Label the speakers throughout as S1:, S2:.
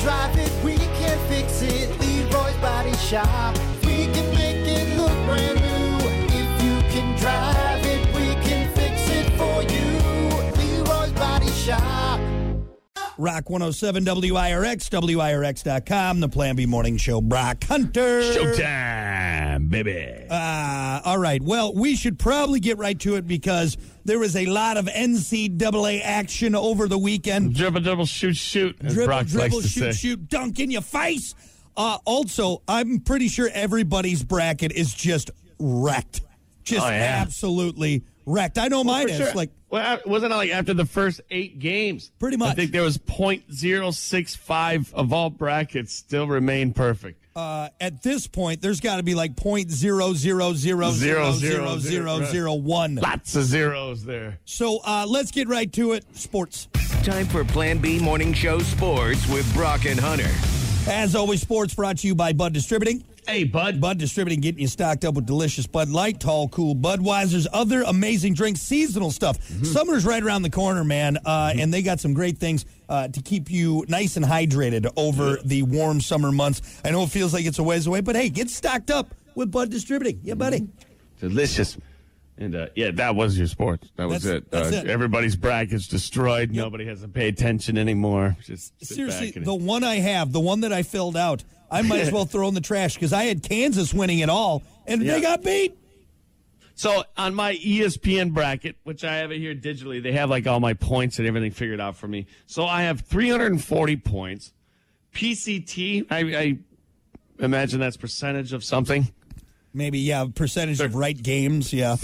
S1: drive it, we can fix it. Leroy's Body Shop. We can make it look brand new. If you can drive it, we can fix it for you. Leroy's Body Shop.
S2: Rock 107 WIRX, WIRX.com, the Plan B Morning Show, Brock Hunter.
S3: Showtime, baby.
S2: Uh, all right. Well, we should probably get right to it because there was a lot of NCAA action over the weekend.
S3: dribble, dribble, shoot, shoot. as
S2: Dribble,
S3: Brock
S2: dribble,
S3: likes to
S2: shoot,
S3: say.
S2: shoot, dunk in your face. Uh, also, I'm pretty sure everybody's bracket is just wrecked. Just
S3: Oh, yeah.
S2: absolutely wrecked. I know mine
S3: For
S2: is.
S3: sure.
S2: Like,
S3: well, it wasn't it like after the first eight games?
S2: Pretty much.
S3: I think there was .065 of all brackets still remain perfect.
S2: uh, at this point, there's got to be like point zero zero zero zero zero zero zero one.
S3: Lots of zeros there.
S2: So uh, let's get right to it. Sports.
S4: Time for Plan B Morning Show Sports with Brock and Hunter.
S2: As always, sports brought to you by Bud Distributing.
S3: Hey, bud.
S2: Bud Distributing getting you stocked up with delicious Bud Light, Tall, Cool Budweiser's, other amazing drinks, seasonal stuff. Summer's right around the corner, man, uh, and they got some great things uh, to keep you nice and hydrated over the warm summer months. I know it feels like it's a ways away, but hey, get stocked up with Bud Distributing. Yeah, buddy.
S3: Delicious. And uh, yeah, that was your sports. That was
S2: That's-
S3: it.
S2: that's
S3: uh,
S2: it.
S3: Everybody's brackets destroyed. Nobody has to pay attention anymore. Just sit
S2: Seriously,
S3: back and-
S2: the one I have, the one that I filled out, I might as well throw in the trash because I had Kansas winning it all, and
S3: Yeah.
S2: they got beat.
S3: So on my E ESPN bracket, which I have it here digitally, they have like all my points and everything figured out for me. So I have 340 points. PCT, I, I imagine that's percentage of something,
S2: Maybe, yeah, percentage of right games, yeah.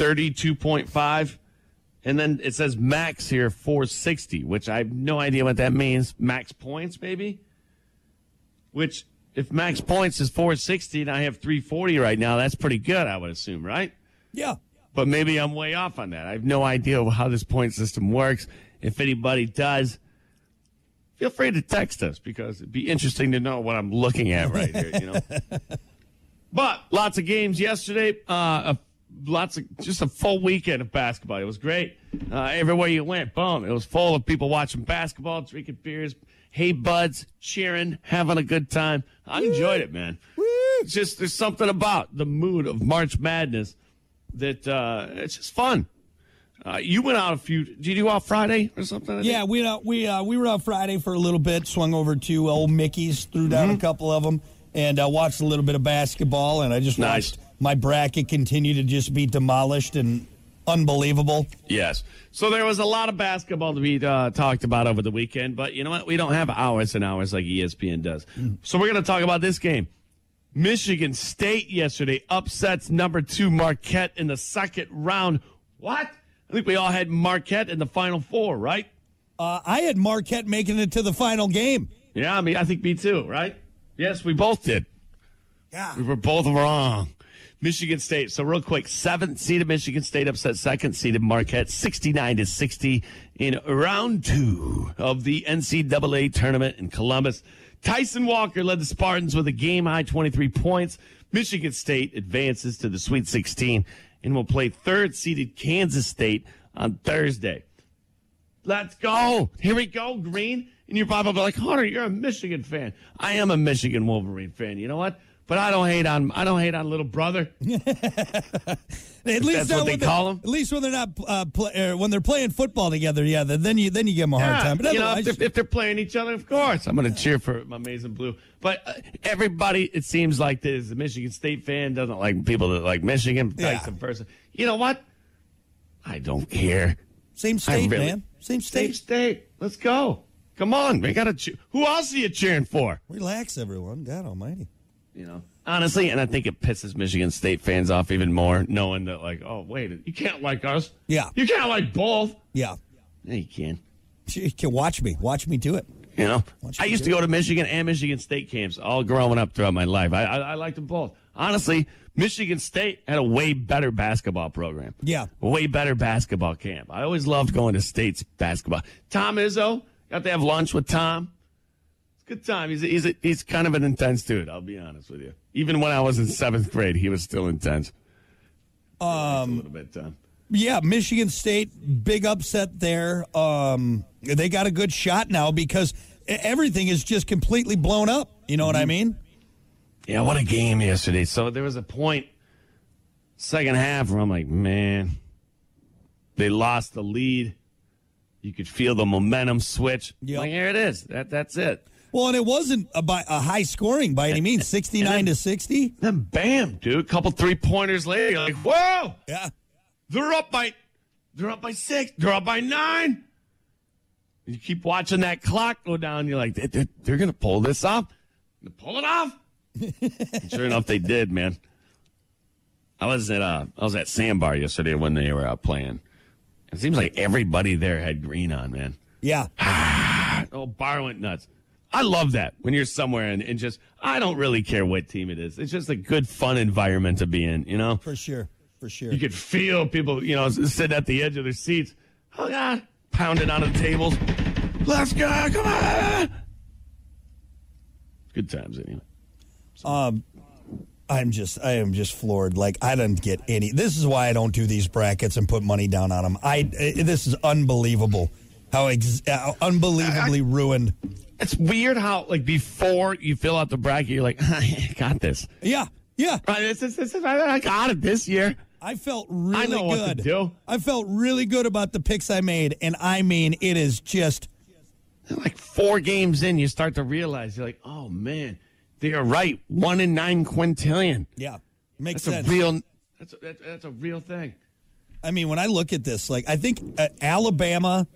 S3: 32.5. And then it says max here, 460, which I have no idea what that means. Max points, maybe? Which, if max points is 460 and I have 340 right now, that's pretty good, I would assume, right?
S2: Yeah.
S3: but maybe I'm way off on that. I have no idea how this point system works. If anybody does, feel free to text us because it'd be interesting to know what I'm looking at right here, you know. but lots of games yesterday, uh, uh, lots of just a full weekend of basketball. It was great. Uh, everywhere you went, boom, it was full of people watching basketball, drinking beers, hey buds, cheering, having a good time. I enjoyed it, man. It's just there's something about the mood of March Madness that uh, it's just fun. Uh, you went out a few. Did you do out Friday or something? I think?
S2: Yeah, we uh, we uh, we were out Friday for a little bit. Swung over to old Mickey's, threw down
S3: Mm-hmm.
S2: a couple of them, and uh, watched a little bit of basketball. And I just
S3: Nice.
S2: watched my bracket continue to just be demolished and unbelievable.
S3: Yes. So there was a lot of basketball to be uh, talked about over the weekend, but you know what? We don't have hours and hours like E ESPN does. So we're going to talk about this game. Michigan State yesterday upsets number two Marquette in the second round. What? I think we all had Marquette in the final four, right?
S2: Uh, I had Marquette making it to the final game.
S3: Yeah, I mean, I think me too, right? Yes, we both did.
S2: Yeah.
S3: We were both wrong. Michigan State. So real quick, seventh seed of Michigan State upset second seed of Marquette, sixty-nine to sixty in round two of the NCAA tournament in Columbus. Tyson Walker led the Spartans with a game-high twenty-three points. Michigan State advances to the Sweet Sixteen and will play third-seeded Kansas State on Thursday. Let's go. Here we go, Green. And you're probably like, Hunter, you're a Michigan fan. I am a Michigan Wolverine fan. You know what? But I don't hate on I don't hate on little brother.
S2: At least
S3: that's
S2: not
S3: what they
S2: when they're-
S3: call 'em?
S2: At least when they're not uh, play, uh, when they're playing football together. Yeah, then then you then you give them a hard time. But
S3: you know,
S2: otherwise-
S3: if they're, if they're playing each other, of course, I'm going to cheer for my maize and blue. But uh, everybody, it seems like that is a Michigan State fan doesn't like people that like Michigan,
S2: Yeah.
S3: vice versa. You know what? I don't care.
S2: same state,
S3: really-
S2: man. Same
S3: State,
S2: state.
S3: state, let's go. Come on, we got to. Cheer. Who else are you cheering for?
S2: Relax, everyone. God Almighty.
S3: you know. Honestly, and I think it pisses Michigan State fans off even more, knowing that like, oh wait, you can't like us.
S2: Yeah.
S3: You can't like both.
S2: Yeah.
S3: Yeah, you can.
S2: You can watch me. Watch me do it.
S3: You know,
S2: Watch
S3: I
S2: you
S3: used to
S2: do
S3: go to Michigan and Michigan State camps all growing up throughout my life. I, I, I liked them both. Honestly, Michigan State had a way better basketball program.
S2: Yeah.
S3: way better basketball camp. I always loved going to State's basketball. Tom Izzo got to have lunch with Tom. It's a good time. He's a, he's a, he's kind of an intense dude. I'll be honest with you. Even when I was in seventh grade, he was still intense. Um, a little bit, Tom.
S2: Yeah, Michigan State, big upset there. Um, they got a good shot now because e- everything is just completely blown up. You know what I
S3: Mm-hmm.
S2: mean?
S3: Yeah, what a game yesterday. So there was a point, second half, where I'm like, man, they lost the lead. You could feel the momentum switch.
S2: Yep.
S3: Like, here it is. That that's it.
S2: Well, and it wasn't a, by, a high scoring by any means, sixty nine to sixty.
S3: Then bam, dude, a couple three pointers later, you're like, whoa,
S2: Yeah,
S3: they're up by, they're up by six, they're up by nine. You keep watching that clock go down. You're like, they're, they're, they're gonna pull this off. They Pull it off. And sure enough, they did, man. I was at uh, I was at Sandbar yesterday when they were out playing. It seems like everybody there had green on, man.
S2: yeah.
S3: Oh, bar went nuts. I love that when you're somewhere and, and just, I don't really care what team it is. It's just a good, fun environment to be in, you know?
S2: For sure. For sure.
S3: You could feel people, you know, s- sitting at the edge of their seats. Oh, God. Pounding onto the tables. Let's go. Come on. Good times, anyway.
S2: Um, I'm just I am just floored. Like I don't get any. This is why I don't do these brackets and put money down on them. I eh, this is unbelievable. How ex- how unbelievably ruined.
S3: It's weird how, like, before you fill out the bracket, you're like, I got this.
S2: Yeah. Yeah.
S3: Right, this is, this is, I got it this year.
S2: I felt really
S3: know
S2: good.
S3: what to do.
S2: I felt really good about the picks I made and I mean it is just
S3: like four games in, you start to realize you're like, oh man, they are right. One in nine quintillion.
S2: yeah. Makes
S3: That's a
S2: sense.
S3: real. That's a, that's, that's a real thing.
S2: I mean, when I look at this, like I think uh, Alabama,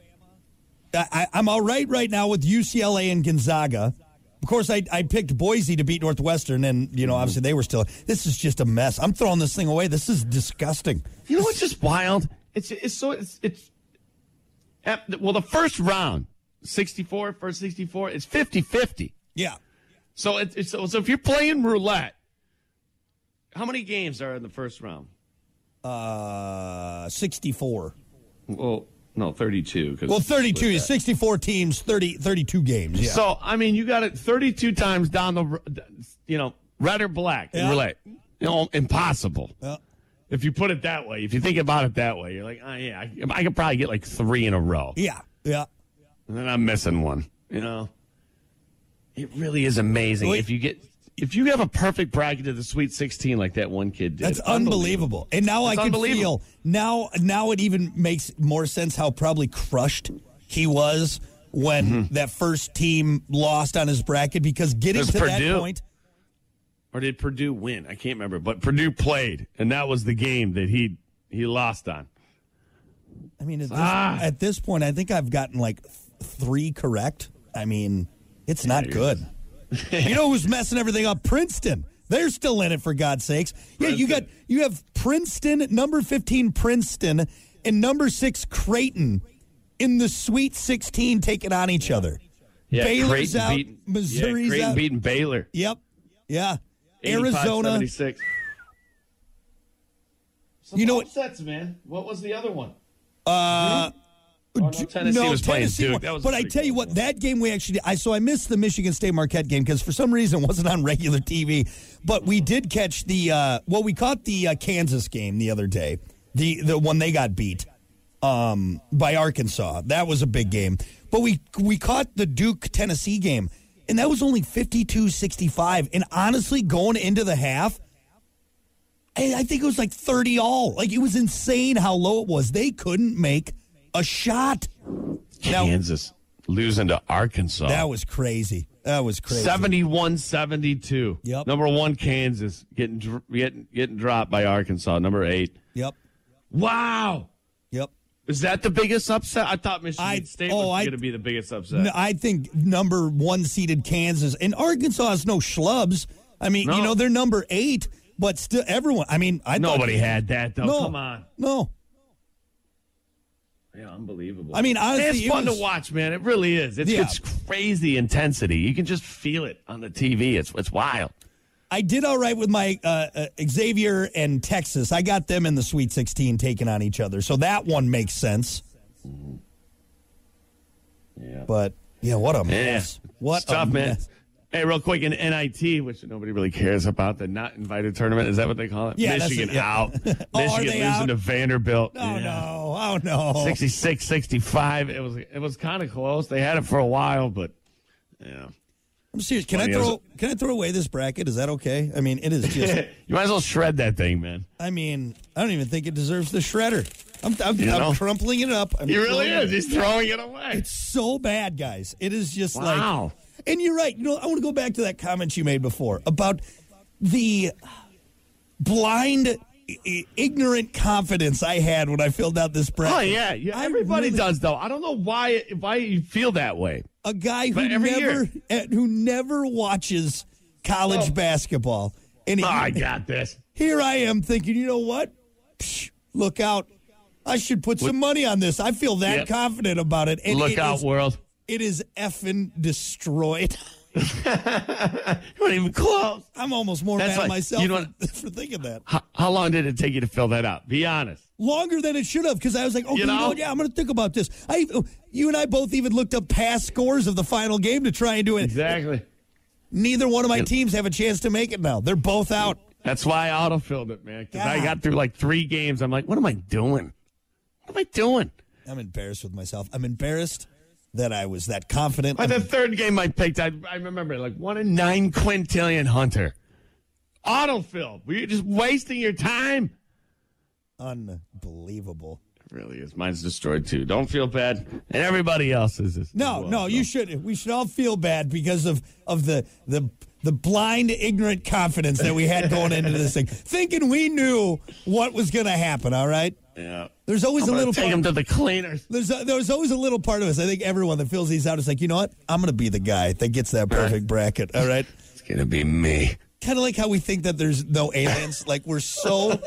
S2: I, I, I'm all right right now with UCLA and Gonzaga. Of course, I, I picked Boise to beat Northwestern, and you know, obviously they were still. This is just a mess. I'm throwing this thing away. This is disgusting.
S3: You know what's just wild? It's it's so it's it's. at- Well, the first round, 64, first 64, it's 50 50.
S2: Yeah,
S3: So, it, it's, so, so if you're playing roulette, how many games are in the first round?
S2: uh, 64.
S3: Well, no, 32. 'cause-
S2: Well, 32 is 64 teams, 30, 32 games. Yeah,
S3: So I mean, you got it 32 times down the, r- d- you know, red or black.
S2: Yeah.
S3: You're like, you know, impossible.
S2: Yeah.
S3: If you put it that way, if you think about it that way, you're like, oh yeah, I, I could probably get like three in a row,
S2: yeah, yeah.
S3: and then I'm missing one. You know, it really is amazing
S2: Wait.
S3: if you get if you have a perfect bracket to the Sweet 16 like that one kid did.
S2: That's unbelievable. And now
S3: It's
S2: I can
S3: unbelievable.
S2: feel now now it even makes more sense how probably crushed he was when
S3: Mm-hmm.
S2: that first team lost on his bracket because getting
S3: There's
S2: to
S3: Purdue.
S2: that point
S3: Or did Purdue win? I can't remember, but Purdue played, and that was the game that he he lost on.
S2: I mean at this,
S3: Ah.
S2: at this point I think I've gotten like th- 3 correct. I mean, it's not good. you know who's messing everything up? Princeton. They're still in it for God's sakes. Yeah, you got
S3: Princeton.
S2: you have Princeton, number 15 Princeton and number 6 Creighton in the Sweet 16 taking on each other. Baylor's out, Missouri's
S3: yeah, Creighton
S2: out.
S3: beating Baylor.
S2: Yep. Yeah.
S3: 85,
S2: Arizona.
S3: 76. Some
S2: You know what-
S3: upsets, man. What was the other one?
S2: D-
S3: Oh, Tennessee was playing Duke.
S2: won.
S3: That was a
S2: but I
S3: pretty
S2: tell you
S3: cool
S2: what, that game we actually did, I so I missed the Michigan State Marquette game because for some reason it wasn't on regular TV. But we did catch the uh, well, we caught the uh, Kansas game the other day, the the one they got beat um, by Arkansas. That was a big game. But we we caught the Duke Tennessee game, and that was only 52-65. And honestly, going into the half. I I think it was like 30 all. Like it was insane how low it was. They couldn't make a shot. Now-
S3: Kansas losing to Arkansas.
S2: That was crazy. That was crazy.
S3: 71 72.
S2: Yep.
S3: Number one, Kansas getting, dr- getting getting dropped by Arkansas. Number eight.
S2: Yep.
S3: Wow.
S2: Yep.
S3: Is that the biggest upset? I thought Michigan
S2: I-
S3: State
S2: oh, I-
S3: was going to be the biggest upset.
S2: No, I think number one seeded Kansas and Arkansas is no schlubs. I mean, you
S3: No.
S2: know, they're number eight, but still everyone. I mean, I thought-
S3: Nobody had that, though.
S2: No,
S3: Come on.
S2: No.
S3: Yeah, unbelievable.
S2: I mean, honestly,
S3: it's
S2: it
S3: fun
S2: was-
S3: to watch, man. It really is. It's,
S2: Yeah.
S3: it's crazy intensity. You can just feel it on the TV. It's it's wild.
S2: I did all right with my uh, uh, Xavier and Texas. I got them in the Sweet 16 taking on each other. So that one makes sense.
S3: Yeah.
S2: But yeah, what a
S3: yeah.
S2: mess. What
S3: It's tough,
S2: a
S3: man.
S2: mess.
S3: Hey, real quick in NIT, which nobody really cares about, the not invited tournament. Is that what they call it?
S2: Yeah, that's
S3: Michigan
S2: it, yeah.
S3: out. Michigan
S2: Oh, are they
S3: losing
S2: out?
S3: to Vanderbilt.
S2: Oh no! Oh no!
S3: 66 65. It was it was kind of close. They had it for a while, but Yeah.
S2: I'm serious. Can I
S3: Funny,
S2: throw
S3: isn't
S2: can I throw away this bracket? Is that okay? I mean, it is just.
S3: You might as well shred that thing, man.
S2: I mean, I don't even think it deserves the shredder. I'm I'm,
S3: You
S2: I'm
S3: know?
S2: crumpling it up. I'm
S3: He really
S2: throwing it
S3: is. He's throwing it away.
S2: It's so bad, guys. It is just
S3: Wow.
S2: like. And you're right. You know, I want to go back to that comment you made before about the blind, i- ignorant confidence I had when I filled out this bracket.
S3: Oh yeah, yeah.
S2: I
S3: Everybody
S2: really-
S3: does though. I don't know why why you feel that way.
S2: A guy who
S3: But every
S2: never
S3: year.
S2: eh, who never watches college
S3: Oh.
S2: basketball, and he,
S3: Oh, I got this.
S2: here I am thinking, you know what? Psh, look out. I should put some money on this. I feel that
S3: Yep.
S2: confident about it. And
S3: Look
S2: it
S3: out,
S2: is-
S3: world.
S2: it is effing destroyed.
S3: You weren't even close.
S2: I'm almost more mad
S3: That's
S2: at
S3: like-
S2: myself
S3: you know
S2: for, for thinking that.
S3: How, how long did it take you to fill that out? Be honest.
S2: Longer than it should have because I was like, okay, you know
S3: know?
S2: what? yeah, I'm going to think about this. I, you and I both even looked up past scores of the final game to try and do it.
S3: Exactly.
S2: Neither one of my teams have a chance to make it now. They're both out.
S3: That's why I autofilled it, man. Because I
S2: God.
S3: got through like three games. I'm like, what am I doing? What am I doing?
S2: I'm embarrassed with myself. I'm embarrassed that I was that confident.
S3: By
S2: I'm
S3: the third game I picked, I, I remember like one in nine quintillion Hunter. Autofill. Were you just wasting your time?
S2: unbelievable.
S3: It really is. Mine's destroyed too. Don't feel bad. And everybody else's is.
S2: No, no, you should. We should all feel bad because of of the the the blind, ignorant confidence that we had going into this thing, thinking we knew what was going to happen. All right,
S3: Yeah.
S2: there's always a
S3: I'm
S2: little
S3: gonna take
S2: part.
S3: them to the cleaners.
S2: there's a, there's always a little part of us. I think everyone that fills these out is like, you know what? I'm going to be the guy that gets that perfect bracket. All right.
S3: It's gonna be me.
S2: Kind of like how we think that there's no aliens. Like we're so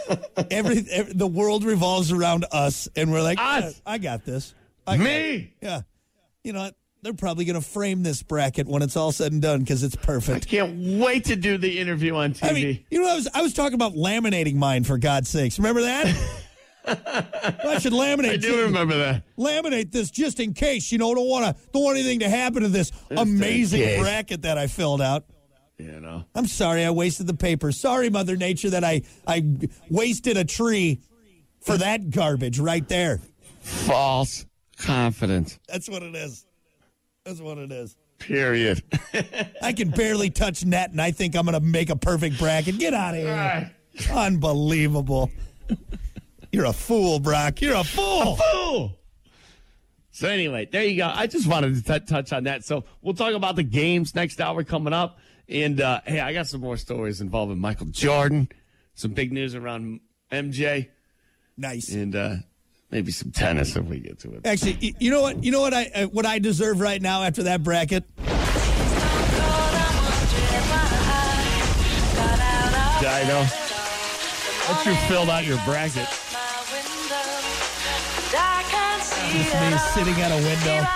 S2: every, every the world revolves around us, and we're like,
S3: Us.
S2: "Yeah, I got this. I got it."
S3: Me.
S2: Yeah. You know what? They're probably going to frame this bracket when it's all said and done because it's perfect.
S3: Can't wait to do the interview on TV.
S2: I mean, you know, I was I was talking about laminating mine for God's sakes. Remember that? I should laminate.
S3: I do
S2: too.
S3: remember that.
S2: Laminate this just in case. You know, don't want to don't want anything to happen to this amazing
S3: case.
S2: bracket that I filled out.
S3: You know.
S2: I'm sorry I wasted the paper. Sorry, Mother Nature, that I I wasted a tree for that garbage right there.
S3: False confidence.
S2: That's what it is. That's what it is.
S3: Period.
S2: I can barely touch net, and I think I'm going to make a perfect bracket. Get out of here. Unbelievable. You're a fool, Brock. You're a fool.
S3: Ooh. So anyway, there you go. I just wanted to t- touch on that. So we'll talk about the games next hour coming up. And uh, hey, I got some more stories involving Michael Jordan, some big news around MJ,
S2: Nice.
S3: and uh, maybe some tennis if we get to it.
S2: Actually, y- you know what? You know what I uh, what I deserve right now after that bracket?
S3: Dino, once you filled out your bracket,
S2: Just me sitting at a window,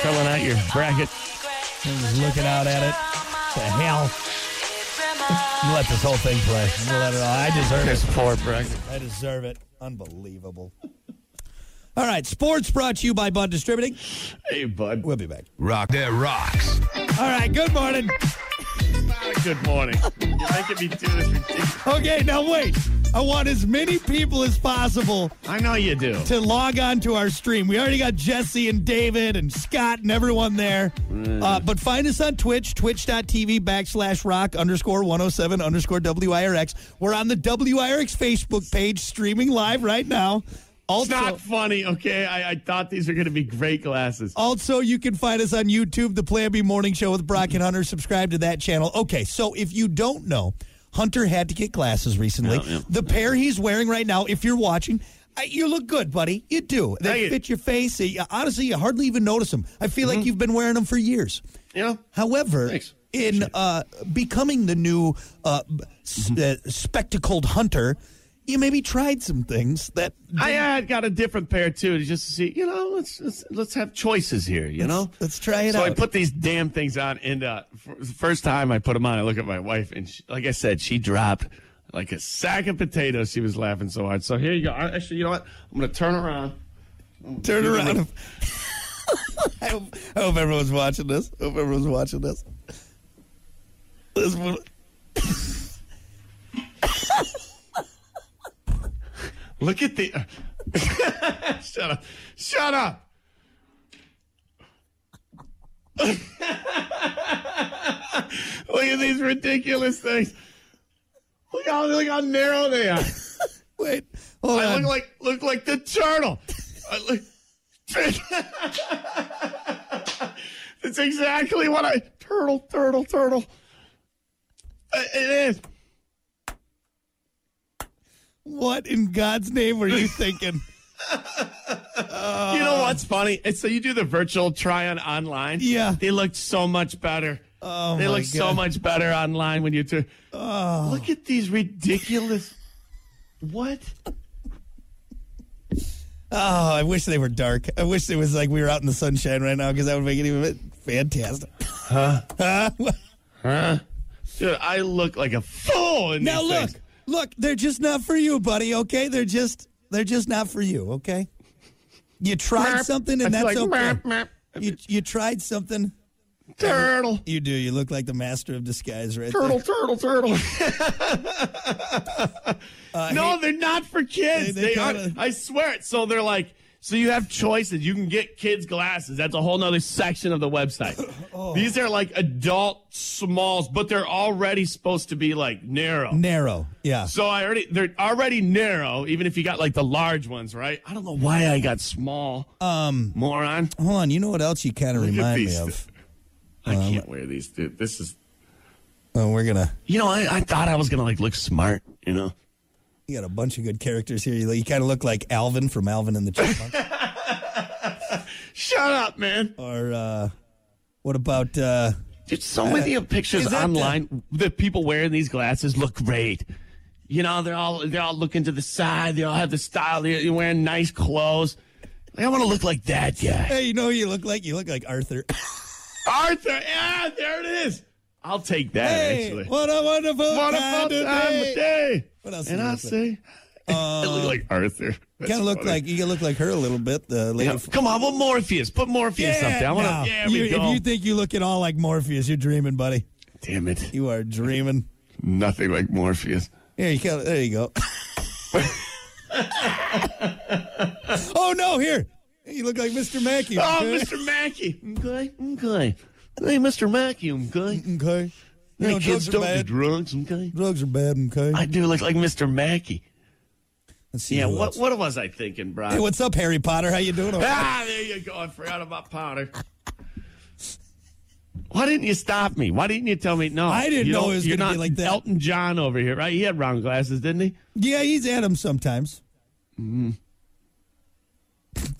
S3: filling out your bracket.
S2: and just looking out at it. The hell! You let this whole thing play. I'm gonna let it all. I deserve it.
S3: This poor bracket.
S2: I deserve it. Unbelievable. All right, sports brought to you by Bud Distributing.
S3: Hey, bud.
S2: We'll be back.
S4: Rock that rocks.
S2: All right, good morning.
S3: Good morning. You're making me do this ridiculous.
S2: Okay, now wait. I want as many people as possible
S3: I know you do.
S2: to log on to our stream. We already got Jesse and David and Scott and everyone there. Uh, but find us on Twitch, twitch.tv backslash rock underscore 107 underscore WIRX. We're on the WIRX Facebook page streaming live right now.
S3: It's
S2: Also,
S3: not funny, okay? I, I thought these were going to be great glasses.
S2: also, you can find us on YouTube, the Plan B Morning Show with Brock and Hunter. Subscribe to that channel. Okay, so if you don't know, Hunter had to get glasses recently. The pair he's wearing right now, if you're watching, I, you look good, buddy. You do. They
S3: Thank you.
S2: fit your face. Uh, honestly, you hardly even notice them. I feel like you've been wearing them for years.
S3: You know?
S2: However,
S3: Thanks.
S2: in uh, becoming the new uh, s-
S3: Mm-hmm.
S2: uh, spectacled hunter, you maybe tried some things that
S3: I had got a different pair too, to- just to see. You know, let's let's, let's have choices here. You know,
S2: let's try it
S3: so I
S2: out.
S3: put these damn things on, and uh, f- the first time I put them on, I look at my wife, and she, like I said, she dropped like a sack of potatoes. She was laughing so hard. So here you go. I- Actually, you know what? I'm gonna turn around.
S2: Turn around. I, hope, I hope everyone's watching this. I hope everyone's watching this. This one.
S3: Look at the. uh, Shut up! Shut up! Look at these ridiculous things. Look how look how narrow they are.
S2: Wait, hold
S3: I
S2: on.
S3: look like look like the turtle. I look. That's exactly what I turtle turtle turtle. I- It is.
S2: what in God's name were you thinking?
S3: You know what's funny? It's so you do the virtual try on online.
S2: Yeah.
S3: They looked so much better.
S2: Oh,
S3: they
S2: my
S3: look so
S2: God.
S3: much better online when you turn. Look at these ridiculous. what?
S2: Oh, I wish they were dark. I wish it was like we were out in the sunshine right now because that would make it even bit- fantastic.
S3: Dude, I look like a fool in
S2: Now
S3: these
S2: look,
S3: things.
S2: look, they're just not for you, buddy. Okay, they're just they're just not for you. Okay, you tried
S3: Merp.
S2: something
S3: I
S2: and
S3: feel
S2: that's
S3: like,
S2: okay.
S3: merp, merp.
S2: You you tried something.
S3: Turtle.
S2: You do. You look like the master of disguise, right?
S3: Turtle, turtle, turtle. no, they're not for kids.
S2: They-
S3: Uh, They,
S2: they
S3: are.
S2: kinda-
S3: I swear it. So they're like, so you have choices. You can get kids' glasses. That's a whole nother section of the website. These are like adult smalls, but they're already supposed to be like narrow.
S2: There. Narrow. Yeah.
S3: so I already they're already narrow, even if you got like the large ones, right? I don't know why I got small. Um moron.
S2: Hold on. You know what else you kind of
S3: at
S2: remind me
S3: these.
S2: of?
S3: I can't wear these. Dude, this is
S2: Oh, we're gonna.
S3: you know, I, I thought I was gonna like look smart, you know.
S2: You got a bunch of good characters here. You, you kind of look like Alvin from Alvin and the Chipmunks.
S3: Shut up, man.
S2: or uh, what about? Uh,
S3: Dude, so many of pictures
S2: is that the-
S3: online that people wearing these glasses look great. You know, they're all they're all looking to the side. They all have the style. They're you're wearing nice clothes. Like, I want to look like that guy,
S2: hey, you know who you look like? You look like Arthur.
S3: Arthur. Yeah, there it is. I'll take that.
S2: Hey,
S3: actually,
S2: what a wonderful,
S3: what a fun
S2: kind of
S3: time
S2: day.
S3: of day.
S2: What else
S3: And
S2: do you
S3: I'll
S2: look like?
S3: say, I look like Arthur. That's
S2: Kind of look
S3: funny.
S2: like you look like her a little bit. The lady.
S3: Yeah,
S2: from-
S3: come on, what Morpheus? Put Morpheus up there. I want to.
S2: no.
S3: Yeah, we
S2: You-
S3: go.
S2: If you think you look at all like Morpheus, you're dreaming, buddy.
S3: Damn it,
S2: You are dreaming.
S3: nothing like Morpheus.
S2: Here you go. There you go. oh no! Here, you look like Mr. Mackey.
S3: Oh, Mr. Mackey. Okay, okay. Hey, Mr. Mackey, okay.
S2: Okay. You
S3: Hey,
S2: know,
S3: kids,
S2: drugs
S3: don't
S2: are
S3: do
S2: bad.
S3: drugs, okay?
S2: Drugs are bad. Okay.
S3: I do look like Mr. Mackey.
S2: Let's see
S3: Yeah,
S2: who
S3: what
S2: else.
S3: what was I thinking, Brian?
S2: Hey, what's up, Harry Potter? How you doing?
S3: ah, there you go. I forgot about powder. Why didn't you stop me? Why didn't you tell me no?
S2: I didn't
S3: you
S2: know
S3: don't-
S2: it was
S3: you're
S2: gonna
S3: not
S2: be like that.
S3: Elton John over here, right? He had round glasses, didn't he?
S2: yeah, he's at him sometimes.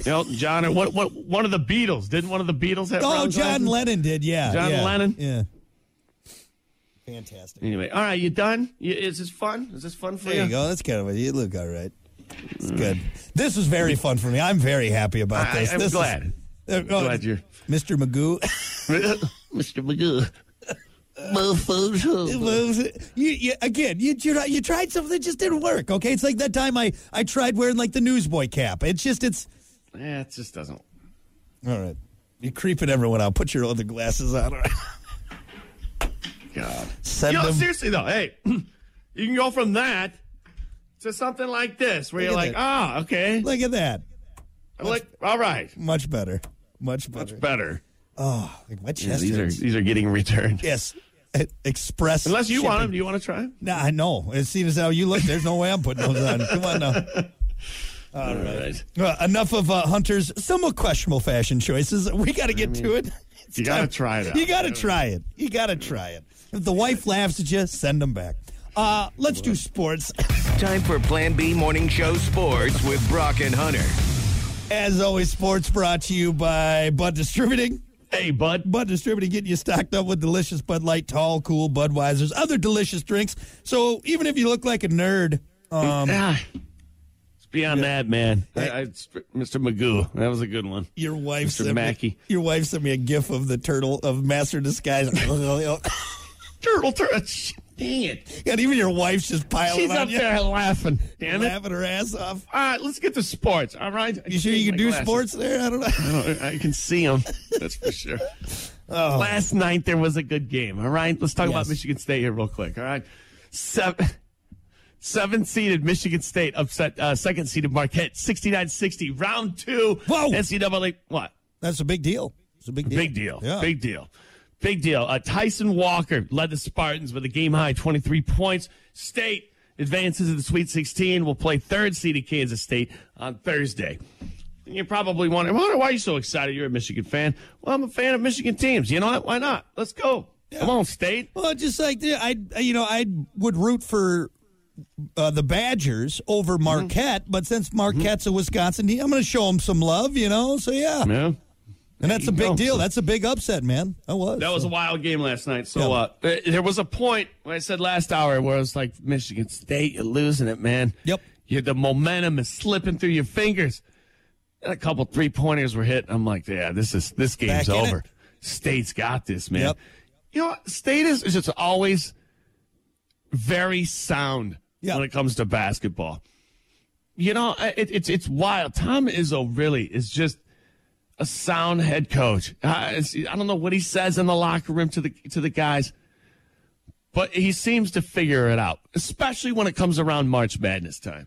S3: Elton John or what? What? One of the Beatles? Didn't one of the Beatles have?
S2: Oh,
S3: round
S2: John
S3: glasses?
S2: Lennon did. Yeah.
S3: John
S2: yeah,
S3: Lennon?
S2: Yeah. Fantastic.
S3: Anyway, all right, you done? You, is this fun? Is this fun for
S2: There you go. That's kind of it. You look all right. It's good. This was very fun for me. I'm very happy about
S3: I-
S2: this.
S3: I'm
S2: This is-
S3: glad.
S2: Uh, oh,
S3: glad you're-
S2: Mr. Magoo.
S3: Mr. Magoo. Motherfucker.
S2: you, you, again, you, you you tried something that just didn't work. Okay, it's like that time I I tried wearing like the newsboy cap. It's just it's
S3: Yeah, it just doesn't.
S2: all right. You're creeping everyone out. Put your other glasses on. All right.
S3: God.
S2: Send
S3: Yo,
S2: them.
S3: seriously though, hey, you can go from that to something like this, where
S2: Look
S3: you're
S2: at
S3: like,
S2: that.
S3: ah, okay,
S2: Look at that.
S3: like, all right,
S2: Much better. Much better.
S3: much better.
S2: Like my chest.
S3: Yeah, these are
S2: hurts.
S3: these are getting returned.
S2: yes. E- Express.
S3: Unless you want
S2: shipping.
S3: them, do you want to try 'em?
S2: Nah, I know. As seen as how you look, there's no way I'm putting those on. Come on now.
S3: All right,
S2: Uh, enough of uh, Hunter's somewhat questionable fashion choices. We got to get to it. It's
S3: you gotta
S2: time.
S3: try it out.
S2: You got to try it. You got to try it. If the wife laughs at you, send them back. Uh, let's do sports.
S4: Time for Plan B Morning Show Sports with Brock and Hunter.
S2: As always, sports brought to you by Bud Distributing.
S3: hey, bud.
S2: Bud Distributing getting you stocked up with delicious Bud Light, Tall, Cool, Budweiser's, other delicious drinks. So even if you look like a nerd, um,
S3: Ah, it's beyond that, man. I, I, Mr. Magoo, that was a good one.
S2: Your wife,
S3: Mr.
S2: sent Me,
S3: Mackey.
S2: your wife sent me a gif of the turtle of Master Disguise,
S3: Turtle, turtle. Dang it,
S2: and even your wife's just piling
S3: she's
S2: on
S3: up
S2: you,
S3: there laughing. Damn it.
S2: laughing her ass off.
S3: All right, let's get to sports. All right, I
S2: You sure
S3: need
S2: you
S3: my
S2: can do
S3: glasses.
S2: sports there? I don't know.
S3: Oh, I can see them. That's for sure. Last night there was a good game. All right, let's talk about
S2: Yes.
S3: Michigan State here real quick. All right, seven. Seven seeded Michigan State upset uh, second seeded Marquette 69 60. Round two.
S2: Whoa.
S3: NCAA. What?
S2: That's a big deal. It's a big deal.
S3: Big deal.
S2: Yeah.
S3: Big deal. Big deal. Uh, Tyson Walker led the Spartans with a game high 23 points. State advances to the Sweet 16. Will play third seeded Kansas State on Thursday. And you're probably wondering, wonder why you're so excited. You're a Michigan fan. Well, I'm a fan of Michigan teams. You know what? Why not? Let's go. Come on, State.
S2: Well, just like the- I, you know, I would root for uh, the Badgers over
S3: Mm-hmm.
S2: Marquette, but since Marquette's a Wisconsin team, I'm going to show them some love, you know. So yeah,
S3: Yeah.
S2: and that's a
S3: you
S2: big
S3: go.
S2: deal. That's a big upset, man. That was.
S3: That was a
S2: so.
S3: wild game last night. So
S2: Yeah.
S3: uh, th- there was a point when I said last hour where I was like, Michigan State, you're losing it, man.
S2: Yep.
S3: you the momentum is slipping through your fingers. And a couple three pointers were hit. I'm like, yeah, this is this game's
S2: Back in
S3: over.
S2: it.
S3: State's got this, man.
S2: Yep.
S3: You know, what? State is is just always very sound
S2: Yeah.
S3: when it comes to basketball. You know, I- it, it's it's wild. Tom Izzo really is just a sound head coach. I, it's- I don't know what he says in the locker room to the to the guys, but he seems to figure it out, especially when it comes around March Madness time.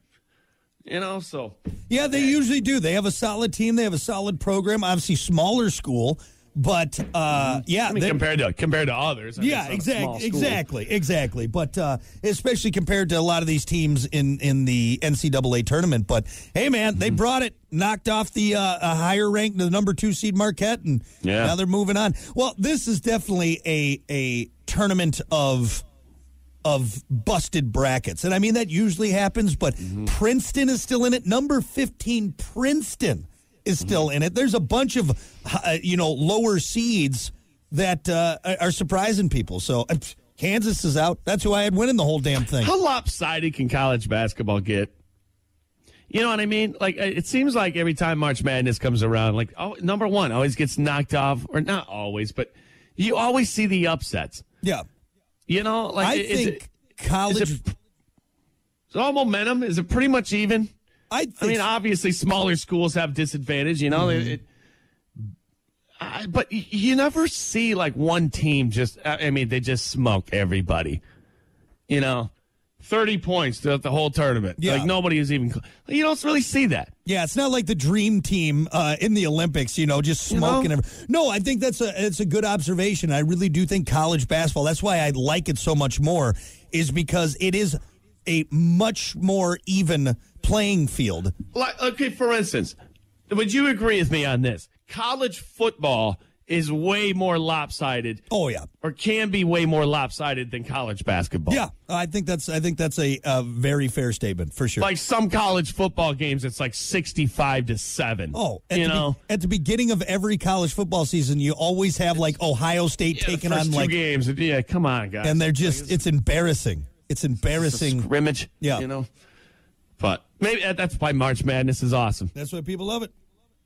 S3: You know, so
S2: yeah, they usually do. They have a solid team. They have a solid program. Obviously, smaller school, but uh, yeah,
S3: Mm-hmm. I mean,
S2: they-
S3: compared to compared to others, I mean,
S2: yeah,
S3: it's not a small
S2: exactly,
S3: school.
S2: exactly, exactly. But uh, especially compared to a lot of these teams in in the NCAA tournament. But hey, man,
S3: Mm-hmm.
S2: they brought it, knocked off the uh, a higher ranked, the number two seed Marquette, and
S3: Yeah.
S2: now they're moving on. Well, this is definitely a a tournament of of busted brackets, and I mean that usually happens. But
S3: Mm-hmm.
S2: Princeton is still in it. Number fifteen, Princeton is
S3: Mm-hmm.
S2: still in it. There's a bunch of uh, you know lower seeds that uh, are- are surprising people. So uh, pff, Kansas is out. That's who I had winning the whole damn thing.
S3: How lopsided can college basketball get? You know what I mean? Like uh, it seems like every time March Madness comes around, like oh, number one always gets knocked off, or not always, but you always see the upsets.
S2: Yeah,
S3: You know, like
S2: I
S3: is
S2: think
S3: it,
S2: college.
S3: is it, is it all momentum? Is it pretty much even?
S2: I think.
S3: I mean, obviously, smaller schools have disadvantage. You know, It-
S2: Mm-hmm.
S3: it, I, but y- you never see like one team just. I I mean, they just smoke everybody. You know, thirty points throughout the whole tournament.
S2: Yeah.
S3: Like nobody is even. cl- You don't really see that.
S2: Yeah, it's not like the dream team uh, in the Olympics, you know, just smoking.
S3: know?
S2: every- No, I think that's a it's a good observation. I really do think college basketball. That's why I like it so much more, is because it is a much more even playing field.
S3: Like, okay, for instance, would you agree with me on this? College football is way more lopsided,
S2: Oh yeah,
S3: or can be way more lopsided than college basketball.
S2: yeah. I think that's I think that's a, uh very fair statement for sure.
S3: Like some college football games, it's like sixty-five to seven.
S2: Oh, at
S3: you
S2: the be-
S3: know,
S2: at the beginning of every college football season, you always have like Ohio State
S3: Yeah, the
S2: taking
S3: first
S2: on
S3: two
S2: like,
S3: games. Yeah, come on, guys.
S2: and they're just it's embarrassing. It's embarrassing.
S3: scrimmage.
S2: Yeah.
S3: you know. But maybe that- that's why March Madness is awesome.
S2: that's why people love it.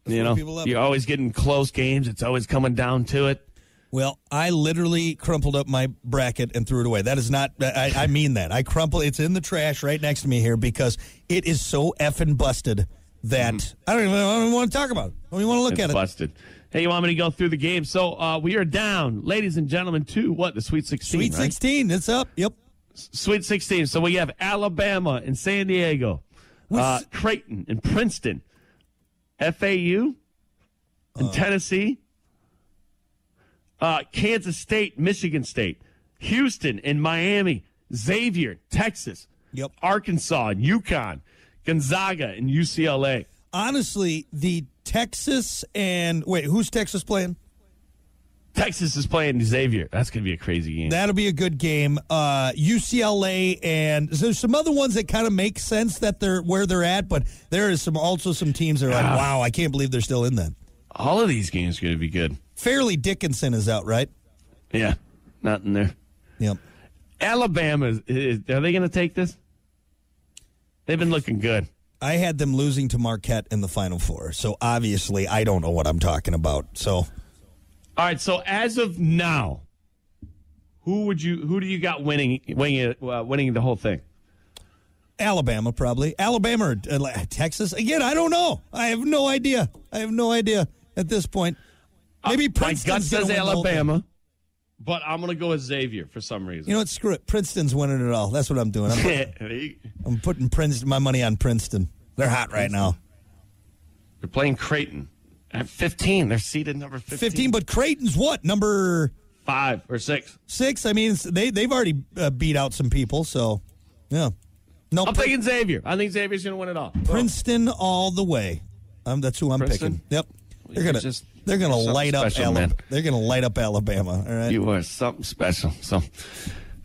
S3: you
S2: why
S3: know,
S2: people love
S3: you're
S2: it.
S3: always getting close games. It's always coming down to it.
S2: Well, I literally crumpled up my bracket and threw it away. That is not, I, I mean that. I crumple, it's in the trash right next to me here because it is so effing busted that I, don't even, I don't even want to talk about it. I don't even want to look
S3: Mm-hmm. It's
S2: at
S3: busted. Hey, you want me to go through the game? So uh, we are down, ladies and gentlemen, to what the Sweet
S2: it.
S3: Sixteen.
S2: Sweet
S3: right?
S2: 16, it's up. Yep.
S3: Sweet 16. So we have Alabama and San Diego, uh,
S2: What's-
S3: Creighton and Princeton, FAU and Tennessee, uh, Kansas State, Michigan State, Houston and Miami, Xavier, Texas,
S2: Yep.
S3: Arkansas and Yukon, Gonzaga and UCLA.
S2: Honestly, the Texas and, wait, who's Texas playing?
S3: Texas is playing Xavier. That's going to be a crazy game.
S2: That'll be a good game. Uh, UCLA and there's some other ones that kind of make sense that they're where they're at, but there is some also some teams that are
S3: Ah.
S2: like, wow, I can't believe they're still in that.
S3: All of these games are going to be good.
S2: Fairly Dickinson is out, right?
S3: Yeah, not in there.
S2: Yep.
S3: Alabama is, is are they going to take this? They've been looking good.
S2: I had them losing to Marquette in the Final Four, so obviously I don't know what I'm talking about. So
S3: All right, so as of now, who would you who do you got winning winning it- uh, winning the whole thing?
S2: Alabama probably Alabama or uh, like, Texas again. I don't know. I have no idea. I have no idea at this point. Uh, Maybe Princeton's
S3: Uh, My gut
S2: gonna
S3: says
S2: win the whole thing.
S3: Alabama, but I'm going to go with Xavier for some reason.
S2: You know what? Screw it. Princeton's winning it all. That's what I'm doing. I'm,
S3: They're
S2: I'm putting Princeton my money on Princeton. They're hot right now.
S3: playing Creighton At 15, they're seated number 15.
S2: 15, but Creighton's what? Number
S3: five or six.
S2: six? I mean, it's- they, they've already uh, beat out some people, so, yeah. No,
S3: I'm
S2: Pri-
S3: picking Xavier. I think Xavier's going to win it all.
S2: Princeton all the way. Um, that's who I'm
S3: Princeton?
S2: picking. Yep. They're
S3: you're
S2: gonna
S3: just-
S2: they're gonna
S3: you're something
S2: light up
S3: special,
S2: Alabama.
S3: man.
S2: They're gonna light up Alabama. All right.
S3: You are something special. So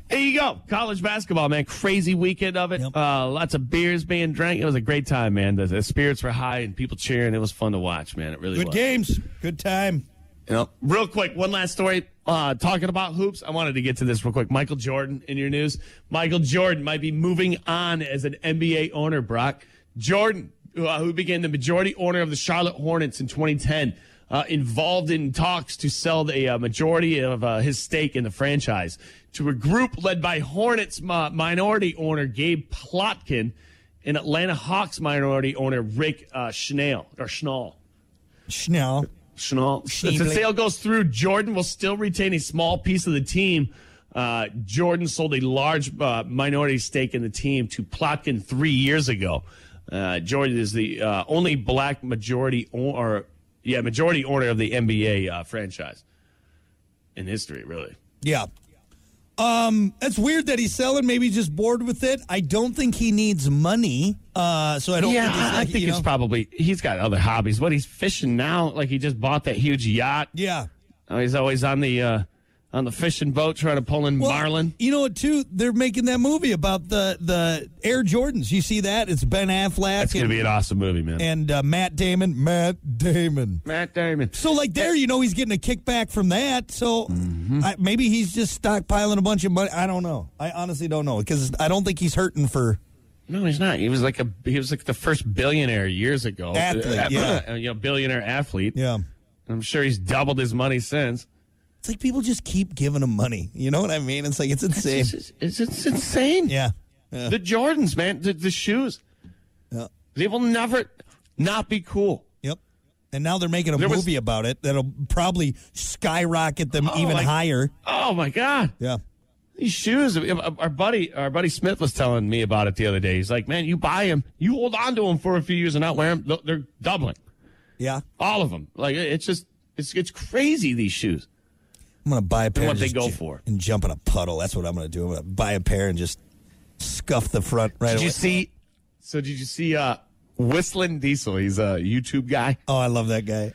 S3: there you go. College basketball, man. Crazy weekend of it.
S2: Yep.
S3: Uh, lots of beers being drank. It was a great time, man. The, the spirits were high and people cheering. It was fun to watch, man. It really
S2: Good
S3: was.
S2: games. Good time.
S3: Yep. Real quick, one last story. Uh, talking about hoops, I wanted to get to this real quick. Michael Jordan in your news. Michael Jordan might be moving on as an NBA owner, Brock. Jordan, who, uh, who became the majority owner of the Charlotte Hornets in 2010, uh, involved in talks to sell the uh, majority of uh, his stake in the franchise to a group led by Hornets mi- minority owner Gabe Plotkin and Atlanta Hawks minority owner Rick uh, Schnell or Schnall.
S2: Schnell.
S3: Schnall. If the
S2: Schneebly.
S3: sale goes through, Jordan will still retain a small piece of the team. Uh, Jordan sold a large uh, minority stake in the team to Plotkin three years ago. Uh, Jordan is the uh, only black majority o- or yeah majority owner of the NBA uh, franchise in history, really.
S2: Yeah. Um, it's weird that he's selling. Maybe he's just bored with it. I don't think he needs money. Uh, so I don't. think he's
S3: I
S2: like,
S3: think
S2: you
S3: it's
S2: know-
S3: probably he's got other hobbies, but he's fishing now. Like he just bought that huge yacht.
S2: Yeah.
S3: Now he's always on the uh, on the fishing boat trying to pull in
S2: Well,
S3: marlin.
S2: You know what? Too, they're making that movie about the the Air Jordans. You see that? It's Ben Affleck
S3: That's gonna
S2: and,
S3: be an awesome movie, man.
S2: and uh, Matt Damon. Matt Damon.
S3: Matt Damon.
S2: So, like there, you know, he's getting a kickback from that. So I, maybe he's just stockpiling a bunch of money. I don't know. I honestly don't know because I don't think he's hurting for.
S3: No, he's not. He was like a he was like the first billionaire years ago.
S2: Athlete,
S3: Uh,
S2: yeah.
S3: uh, you know, billionaire athlete.
S2: Yeah,
S3: I'm sure he's doubled his money since.
S2: it's like people just keep giving him money. You know what I mean? It's like it's insane.
S3: It's, it's, it's, it's insane.
S2: yeah, yeah.
S3: The Jordans, man, the, the shoes.
S2: Yeah.
S3: They will never not be cool.
S2: yep. And now they're making a
S3: There was-
S2: movie about it that'll probably skyrocket them
S3: Oh,
S2: even
S3: like-
S2: higher.
S3: Oh my God.
S2: Yeah,
S3: These shoes. uh, Our buddy, our buddy Smith was telling me about it the other day. He's like, man, you buy them, you hold on to them for a few years and not wear them. They're- They're doubling.
S2: yeah.
S3: All of them. Like it- it's just, it's, it's crazy. These shoes.
S2: I'm gonna buy a pair.
S3: what
S2: and
S3: they
S2: just
S3: go
S2: ju-
S3: for.
S2: and jump in a puddle. That's what I'm gonna do. I'm gonna buy a pair and just scuff the front right
S3: Did
S2: away.
S3: you see? So did you see? Uh, Whistling Diesel. He's a YouTube guy.
S2: oh, I love that guy.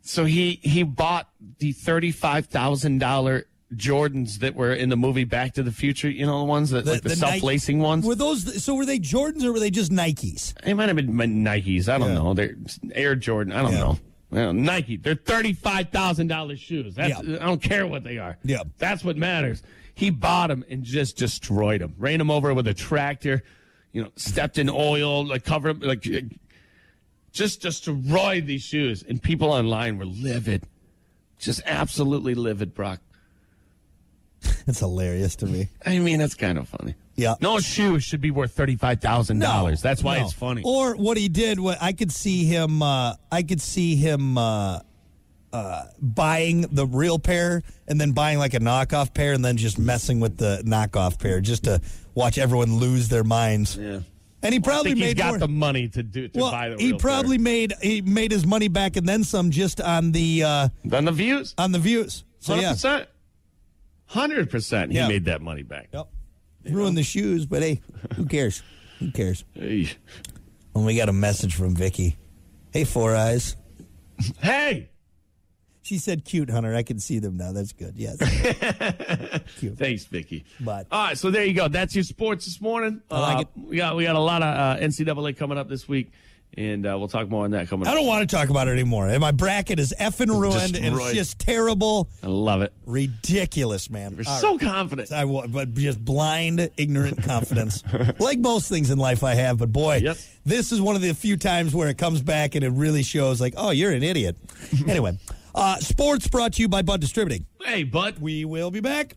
S3: So he he bought the thirty five thousand dollar Jordans that were in the movie Back to the Future. You know the ones that like the,
S2: Nike-
S3: self lacing ones.
S2: Were those? So were they Jordans or were they just Nikes?
S3: they might have been Nikes. I don't
S2: Yeah.
S3: know. They're Air Jordan. I don't
S2: Yeah.
S3: know. Well, Nike. They're thirty five thousand dollars shoes. That's
S2: Yeah.
S3: I don't care what they are.
S2: Yeah.
S3: that's what matters. He bought them and just destroyed them. Ran them over with a tractor. You know, stepped in oil, like covered 'em, like uh, just destroyed these shoes. And people online were livid, just absolutely livid, Brock.
S2: It's hilarious to me.
S3: I mean, that's kind of funny.
S2: Yeah.
S3: no shoe should be worth thirty five thousand dollars. That's why
S2: No.
S3: it's funny.
S2: Or what he did, what I could see him, uh, I could see him uh, uh, buying the real pair and then buying like a knockoff pair and then just messing with the knockoff pair just to watch everyone lose their minds. Yeah. And he
S3: I
S2: probably
S3: think
S2: made
S3: he's got
S2: more-
S3: the money to do to buy
S2: well,
S3: the.
S2: he
S3: real
S2: probably made he made his money back and then some just on the uh,
S3: pair. then the views.
S2: on the views. So Uh,
S3: Hundred
S2: yeah,
S3: percent. Hundred percent. He
S2: Yeah.
S3: made that money back.
S2: yep. ruined the shoes, but hey, who cares? who cares?
S3: Hey.
S2: And we got a message from Vicky. Hey, Four Eyes.
S3: Hey!
S2: She said cute, Hunter. I can see them now. That's good. Yes.
S3: Thanks, Vicky.
S2: But-
S3: all right, so there you go. That's your sports this morning. Uh,
S2: like it.
S3: We got we got a lot of uh, NCAA coming up this week, and uh, we'll talk more on that coming
S2: I
S3: up.
S2: don't want to talk about it anymore. And My bracket is effing ruined and it's
S3: Destroyed.
S2: just terrible.
S3: I love it.
S2: Ridiculous, man.
S3: We're
S2: All
S3: so
S2: right.
S3: confident.
S2: I wa- but just blind, ignorant confidence. like most things in life I have, but boy,
S3: Yep.
S2: this is one of the few times where it comes back and it really shows like, oh, you're an idiot. anyway, uh, sports brought to you by Bud Distributing.
S3: Hey, bud.
S2: We will be back.